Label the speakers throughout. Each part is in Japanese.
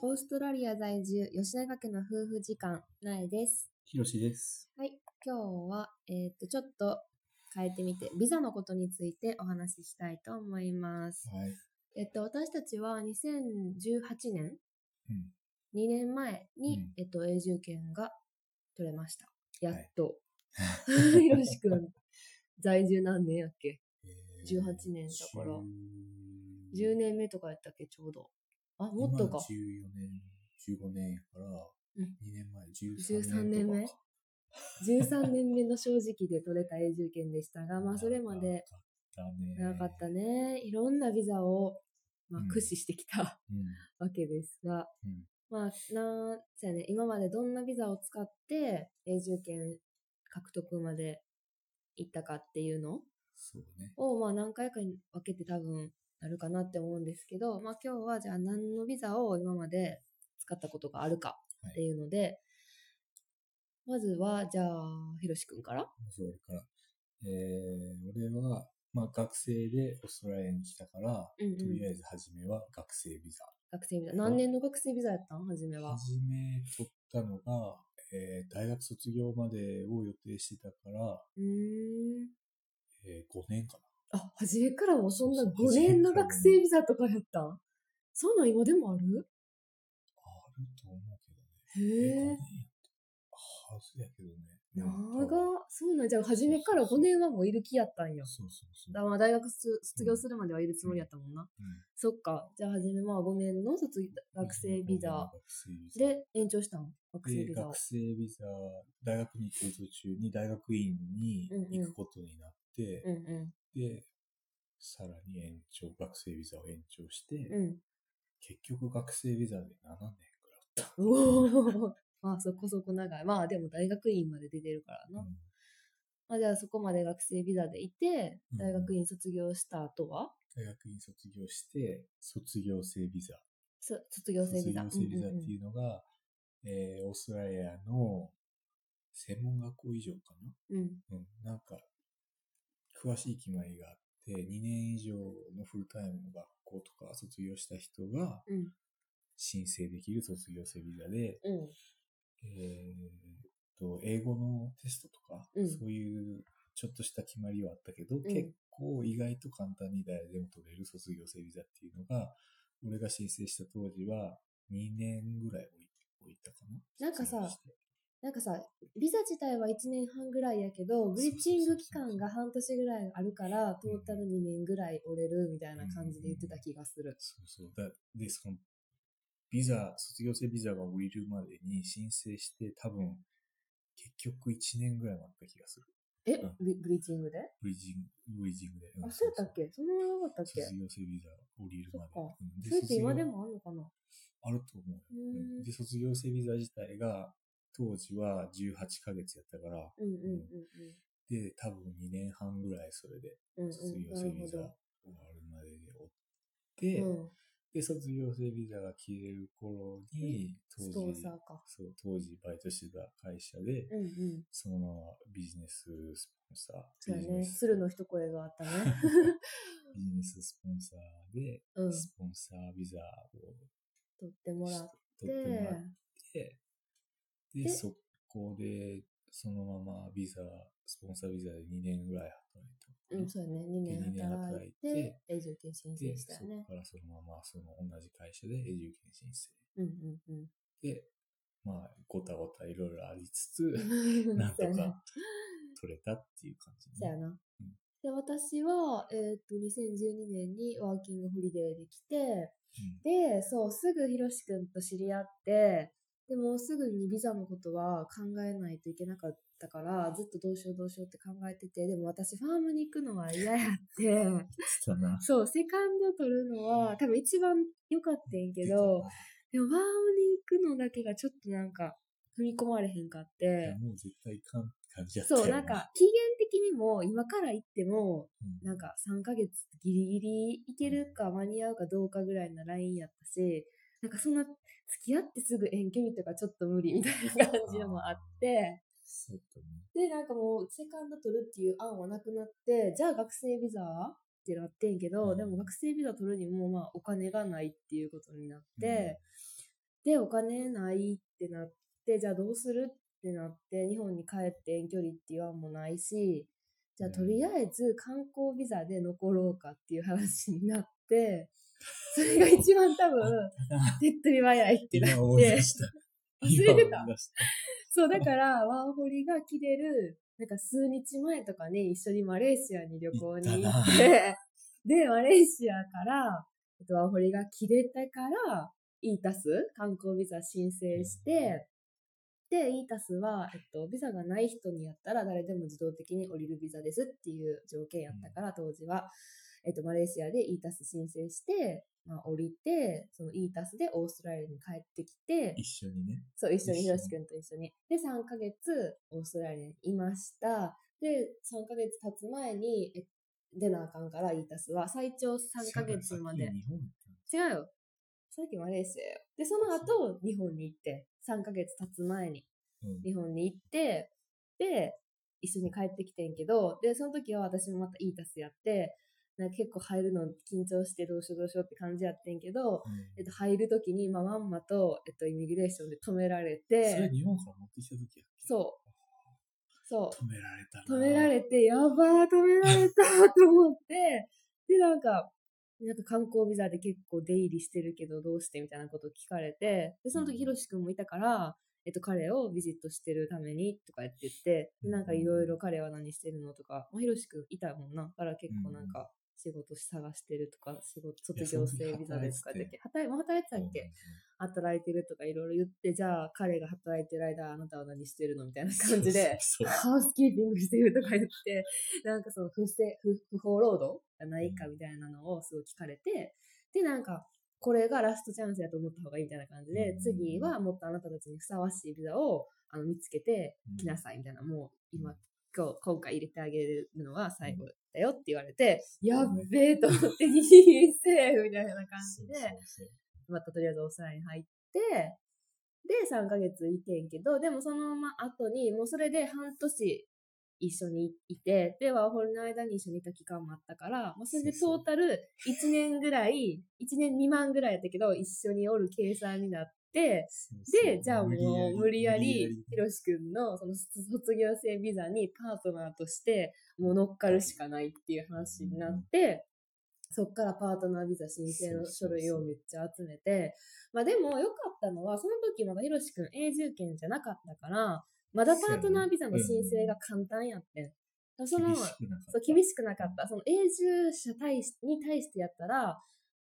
Speaker 1: オーストラリア在住、吉永家の夫婦時間、苗です。
Speaker 2: ひろしです。
Speaker 1: はい、今日は、えーっと、ちょっと変えてみて、ビザのことについてお話ししたいと思います。
Speaker 2: はい。
Speaker 1: えっと、私たちは2018年、
Speaker 2: うん。
Speaker 1: 2年前に、
Speaker 2: うん
Speaker 1: えっと、永住権が取れました。やっ
Speaker 2: はい
Speaker 1: と。 ひろしくん、在住何年やっけ18年だから
Speaker 2: 10
Speaker 1: ?10 年目とかやったっけ、ちょうど。あ、もっとか。
Speaker 2: 14年、15年やから、
Speaker 1: うん
Speaker 2: 2年前、
Speaker 1: 13
Speaker 2: 13
Speaker 1: 年
Speaker 2: 年
Speaker 1: 目
Speaker 2: とか。
Speaker 1: 13年目の正直で取れた永住権でしたが、まあ、それまで
Speaker 2: 長
Speaker 1: 長
Speaker 2: か
Speaker 1: か
Speaker 2: っ
Speaker 1: ったた
Speaker 2: ね。
Speaker 1: ね。いろんなビザを、まあ、
Speaker 2: うん
Speaker 1: 駆使してきた わけですが、
Speaker 2: うん
Speaker 1: まあ、なんじゃね、今までどんなビザを使って永住権獲得まで行ったかっていうの
Speaker 2: そうね。
Speaker 1: を、まあ、何回かに分けて多分なるかなって思うんですけど、まあ、今日はじゃあ何のビザを今まで使ったことがあるかっていうので、まずは、じゃあ、ひろしくんから
Speaker 2: まず俺から。えー、俺は、まあ学生でオーストラリアに来たから、
Speaker 1: うんうん
Speaker 2: とりあえず初めは学生ビザ。
Speaker 1: 学生ビザ。何年の学生ビザやったん初めは。
Speaker 2: 初め取ったのが、えー大学卒業までを予定してたから、
Speaker 1: うーん。
Speaker 2: えー5年かな。
Speaker 1: あ、初めからもうそんな
Speaker 2: そうそう
Speaker 1: 5年の学生ビザとかやったんそうなん今でもある
Speaker 2: あると思うけどね。
Speaker 1: へえ。
Speaker 2: はずやけどね。
Speaker 1: 長
Speaker 2: うん
Speaker 1: そうなんじゃあ初めから5年はもういる気やったんや。
Speaker 2: そうそうそう。
Speaker 1: だからまあ大学卒卒業するまではいるつもりやったもんな。
Speaker 2: うん
Speaker 1: そっか。じゃあ初めまあ5年の卒学生ビザ。
Speaker 2: 学生ビザ
Speaker 1: で延長したん学生
Speaker 2: で
Speaker 1: ビザを
Speaker 2: 学。生ビザ、大学に行ってる途中に大学院に行くことになって、
Speaker 1: うんう
Speaker 2: で、さらに延長、学生ビザを延長して、
Speaker 1: ん。うん。
Speaker 2: 結局学生ビザで7年くらいあった。
Speaker 1: おお。 まあそこそこ長い。まあでも大学院まで出てるからな。
Speaker 2: うん
Speaker 1: まあじゃあそこまで学生ビザでいて、
Speaker 2: うん
Speaker 1: 大学院卒業した後は、
Speaker 2: 大学院卒業して、卒業生ビザ。
Speaker 1: そ卒業生ビザ。
Speaker 2: 卒業生ビザ
Speaker 1: う
Speaker 2: って
Speaker 1: んうんうん
Speaker 2: いうのが、えーオーストラリアの専門学校以上かな
Speaker 1: うん。
Speaker 2: うん、なんか、詳しい決まりがあって、2年以上のフルタイムの学校とか卒業した人が
Speaker 1: うん。
Speaker 2: 申請できる卒業生ビザで、
Speaker 1: うん。
Speaker 2: えーと、英語のテストとか、
Speaker 1: うん
Speaker 2: そういうちょっとした決まりはあったけど、
Speaker 1: ん
Speaker 2: 結構意外と簡単に誰でも取れる卒業生ビザっていうのが、俺が申請した当時は2年ぐらい置い置いたかな。
Speaker 1: なんかさ
Speaker 2: 卒業して
Speaker 1: なんかさ、ビザ自体は1年半ぐらいやけど、ブリッジング期間が半年ぐらいあるから、トータル2年ぐらい折れるみたいな感じで言ってた気がする。
Speaker 2: そうそう。だで、その、ビザ、卒業生ビザが降りるまでに申請して、多分、結局1年ぐらい待った気がする。
Speaker 1: え
Speaker 2: うん、
Speaker 1: ブリブリッジングで
Speaker 2: ブリッジング、ブリッジングで。ん
Speaker 1: あ、そうだっけそんな長かったっけ
Speaker 2: 卒業生ビザ降りるまで。
Speaker 1: そっか
Speaker 2: うん
Speaker 1: それって今で
Speaker 2: 卒業
Speaker 1: もあるのかな
Speaker 2: あると思うよ。
Speaker 1: うー
Speaker 2: う
Speaker 1: ん
Speaker 2: んで、卒業生ビザ自体が、当時は18ヶ月やったから、
Speaker 1: うんうんうん
Speaker 2: で、多分2年半ぐらいそれで、
Speaker 1: うん。うんうん
Speaker 2: 卒業
Speaker 1: なる
Speaker 2: 生
Speaker 1: ほ
Speaker 2: ビザ終
Speaker 1: ど
Speaker 2: わるまでで追って、
Speaker 1: うん
Speaker 2: で、卒業生ビザが切れる頃に、当
Speaker 1: ス
Speaker 2: 時、
Speaker 1: ポンサーか。
Speaker 2: そう、当時バイトしてた会社で、
Speaker 1: うんうん。
Speaker 2: そのままビジネススポンサー、
Speaker 1: そうだ
Speaker 2: ビジネ
Speaker 1: ね。
Speaker 2: ス
Speaker 1: 鶴の一声があ ったね。
Speaker 2: ビジネススポンサーで、
Speaker 1: うん。
Speaker 2: スポンサービザを
Speaker 1: 取ってもらっ、
Speaker 2: 取ってもらってて、で、
Speaker 1: で
Speaker 2: そこで、そのままビザ、スポンサービザで2年ぐらい働いた
Speaker 1: う
Speaker 2: の
Speaker 1: ん、
Speaker 2: か
Speaker 1: そうだね。2年
Speaker 2: 二年
Speaker 1: 働
Speaker 2: 働
Speaker 1: い
Speaker 2: い
Speaker 1: て
Speaker 2: て、
Speaker 1: 永住権申
Speaker 2: な
Speaker 1: 請
Speaker 2: で、
Speaker 1: し
Speaker 2: そ
Speaker 1: たよね
Speaker 2: こ。からそのまま、その同じ会社で永住権申請。
Speaker 1: うんうんうん。
Speaker 2: で、まあ、ごたごたいろいろありつつ、
Speaker 1: な
Speaker 2: なんとか取れたっていう感じ、
Speaker 1: そや
Speaker 2: ね。
Speaker 1: な。で、私は、えっと、2012年にワーキングホリデーで来て、で、そう、すぐひろしくんと知り合って、でもすぐにビザのことは考えないといけなかったから、ずっとどうしようどうしようって考えてて、でも私ファームに行くのは嫌やって、
Speaker 2: うん。だな。
Speaker 1: そう、セカンド取るのは多分一番良かったんやけど、でもファームに行くのだけがちょっとなんか踏み込まれへんかっ
Speaker 2: い
Speaker 1: て
Speaker 2: や、、もう絶対いかん感じやったよ、
Speaker 1: そ
Speaker 2: ね。
Speaker 1: う、なんか、期限的にも今から行っても、
Speaker 2: う、
Speaker 1: なんか3ヶ月ギリギリいけるか間に合うかどうかぐらいのラインやったし、なんかそんな付き合ってすぐ遠距離とかちょっと無理みたいな感じのもあって、
Speaker 2: そうだね。
Speaker 1: で、なんかもうセカンド取るっていう案はなくなって、じゃあ学生ビザってなってんけど、
Speaker 2: うん
Speaker 1: でも学生ビザ取るにもまあお金がないっていうことになって、で、お金ないってなって、じゃあどうするってなって、日本に帰って遠距離っていう案もないし、じゃあとりあえず観光ビザで残ろうかっていう話にな って、それが一番多分、手っ取り早いってなっ
Speaker 2: 今思い
Speaker 1: て
Speaker 2: 出。した。
Speaker 1: 忘れてた
Speaker 2: 今思い出した
Speaker 1: そう、だから、ワーホリが切れる、なんか数日前とかに一緒にマレーシアに旅行に行って、で、マレーシアから、えっとワーホリが切れたから、イータス、観光ビザ申請して、で、イータスは、えっと、ビザがない人にやったら誰でも自動的に降りるビザですっていう条件やったから、当時は。えっと、マレーシアでイータス申請して、まあ、降りて、そのイータスでオーストラリアに帰ってきて、
Speaker 2: 一緒にね。
Speaker 1: そう、一緒に、ひ
Speaker 2: 一緒に
Speaker 1: ろしくんと一緒に。で、3ヶ月、オーストラリアにいました。で、3ヶ月経つ前に、え出なあかんから、イータスは、最長3ヶ月まで。
Speaker 2: 日本
Speaker 1: 違うよ。さっきマレーシアよ。で、その後、日本に行って、3ヶ月経つ前に、
Speaker 2: うん
Speaker 1: 日本に行って、で、一緒に帰ってきてんけど、で、その時は私もまたイータスやって、なんか結構入るの緊張してどうしようどうしようって感じやってんけど、えっと、入るときに、まあ、まんまと、えっと、イミグレーションで止められ
Speaker 2: うんそれ
Speaker 1: て、
Speaker 2: 日本から持ってきた時やっけ
Speaker 1: そう。そ
Speaker 2: 止められた
Speaker 1: う。
Speaker 2: な。
Speaker 1: 止められて、やばー、止められたと思って、で、なんか、なんか観光ビザで結構出入りしてるけどどうしてみたいなこと聞かれて、で、その時ヒロシ君もいたから、えっと、彼をビジットしてるためにとか言って言って、でなんかいろいろ彼は何してるのとか、まあ、ヒロシ君いたもんな。だから結構なんか仕事探してるとか、仕事、卒業生ビザでとかって言って、働い、もう働いてた
Speaker 2: うん
Speaker 1: っけ働いてるとかいろいろ言って、じゃあ彼が働いてる間あなたは何してるのみたいな感じで、
Speaker 2: そうそう
Speaker 1: ハウスキーピングしてるとか言って、なんかその不正、不不法労働がないかみたいなのをすごい聞かれて、で、なんか、これがラストチャンスやと思った方がいいみたいな感じで、
Speaker 2: うん
Speaker 1: 次はもっとあなたたちにふさわしいビザをあの見つけて来なさいみたいな、もう今、今日、今回入れてあげるのは最後だよって言われて、やっべえと思って、 人生みたいな感
Speaker 2: そ
Speaker 1: じ
Speaker 2: う
Speaker 1: で、
Speaker 2: そうそう
Speaker 1: またとりあえずオーストラリアに入って、で、3ヶ月いてんけど、でもそのまま後に、もうそれで半年一緒にいて、で、ワーホルの間に一緒にいた期間もあったから、まあ、それでトータル1年ぐらい、1年2万ぐらいやったけど、一緒におる計算になって、
Speaker 2: そうそう
Speaker 1: で、じゃあもう無理やり、ひ
Speaker 2: 無
Speaker 1: ろしくんのその卒業生ビザにパートナーとして、もう乗っかるしかないっていう話になって、そっからパートナービザ申請の書類をめっちゃ集めて、まあでも良かったのは、その時まだひろしくん永住権じゃなかったから、まだパートナービザの申請が簡単やってん。だからその
Speaker 2: 厳しくなかっ
Speaker 1: そ
Speaker 2: た
Speaker 1: う厳しくなかった。その永住者対しに対してやったら、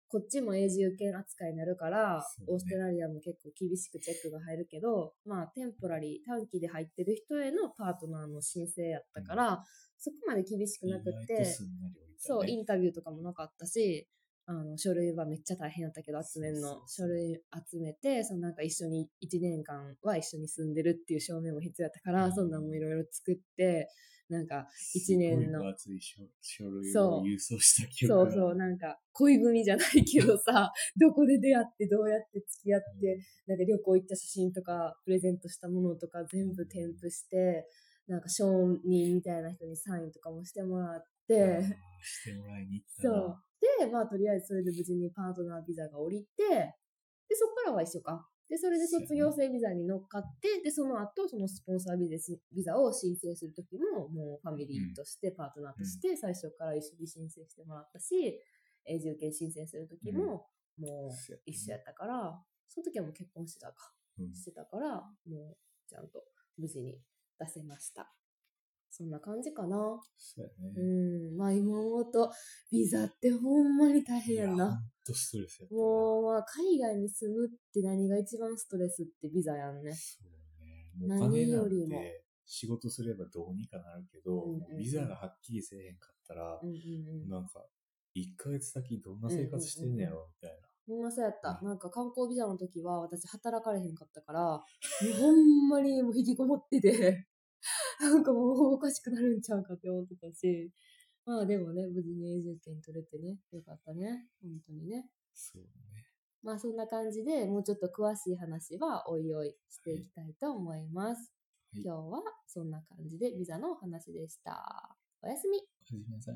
Speaker 1: こっちも永住権扱いになるから、
Speaker 2: そうね
Speaker 1: オーストラリアも結構厳しくチェックが入るけど、まあ、テンポラリー、短期で入ってる人へのパートナーの申請やったから、そこまで厳しくなく
Speaker 2: 意外と
Speaker 1: て、
Speaker 2: すんなり置いた
Speaker 1: そう、
Speaker 2: ね
Speaker 1: インタビューとかもなかったし、あの、書類はめっちゃ大変だったけど、集める
Speaker 2: そう
Speaker 1: の。
Speaker 2: そ
Speaker 1: 書
Speaker 2: うそう
Speaker 1: 類集めて、そのなんか一緒に1年間は一緒に住んでるっていう証明も必要だったか
Speaker 2: う
Speaker 1: ら、
Speaker 2: ん
Speaker 1: そんなんもいろいろ作って、なんか一
Speaker 2: す
Speaker 1: 年
Speaker 2: ごい
Speaker 1: の
Speaker 2: 分厚い書書類
Speaker 1: そ
Speaker 2: を
Speaker 1: う
Speaker 2: 郵送した記
Speaker 1: そ
Speaker 2: 憶
Speaker 1: うそう、なんか、恋組じゃないけどさ、どこで出会って、どうやって付き合って、なんか旅行行った写真とか、プレゼントしたものとか全部添付して、なんか承認みたいな人にサインとかもしてもらっ
Speaker 2: で
Speaker 1: て、
Speaker 2: してもらいに行った
Speaker 1: そ
Speaker 2: な
Speaker 1: う。で、まあ、とりあえずそれで無事にパートナービザが降りて、で、そこからは一緒か。で、それで卒業生ビザに乗っかって、で、その後、そのスポンサービザしビザを申請するときも、もうファミリーとして、パートナーとして、最初から一緒に申請してもらったし、永住権申請するときも、もう
Speaker 2: そうやね
Speaker 1: 一緒やったから、その時はもう結婚してたか。
Speaker 2: うん
Speaker 1: してたから、もう、ちゃんと無事に出せました。そんな感じかな。
Speaker 2: そうやね。
Speaker 1: うん、まあ今思うと、ビザってほんまに大変やん
Speaker 2: いほ
Speaker 1: な。
Speaker 2: んとストレスやったな。
Speaker 1: もう、まあ海外に住むって何が一番ストレスってビザやんね。
Speaker 2: そうね。もうお金
Speaker 1: 何
Speaker 2: な
Speaker 1: よ
Speaker 2: ん
Speaker 1: りも
Speaker 2: て仕事すればどうにかなるけど、
Speaker 1: うんうんうん
Speaker 2: もうビザがはっきりせえへんかったら
Speaker 1: う、んうんうん。
Speaker 2: なんか、1ヶ月先どんな生活してんねやろみたいな。
Speaker 1: ほんまそうやった。なんか観光ビザの時は私働かれへんかったから、もうほんまにもう引きこもってて、 なんかもうおかしくなるんちゃうかって思ってたし、まあでもね、無事に永住権取れてね、よかったね。本当にね。
Speaker 2: そうね。
Speaker 1: まあそんな感じでもうちょっと詳しい話はおいおいしていきたいと思います。
Speaker 2: はい
Speaker 1: 今日はそんな感じでビザのお話でした。おやすみ。
Speaker 2: はじめさん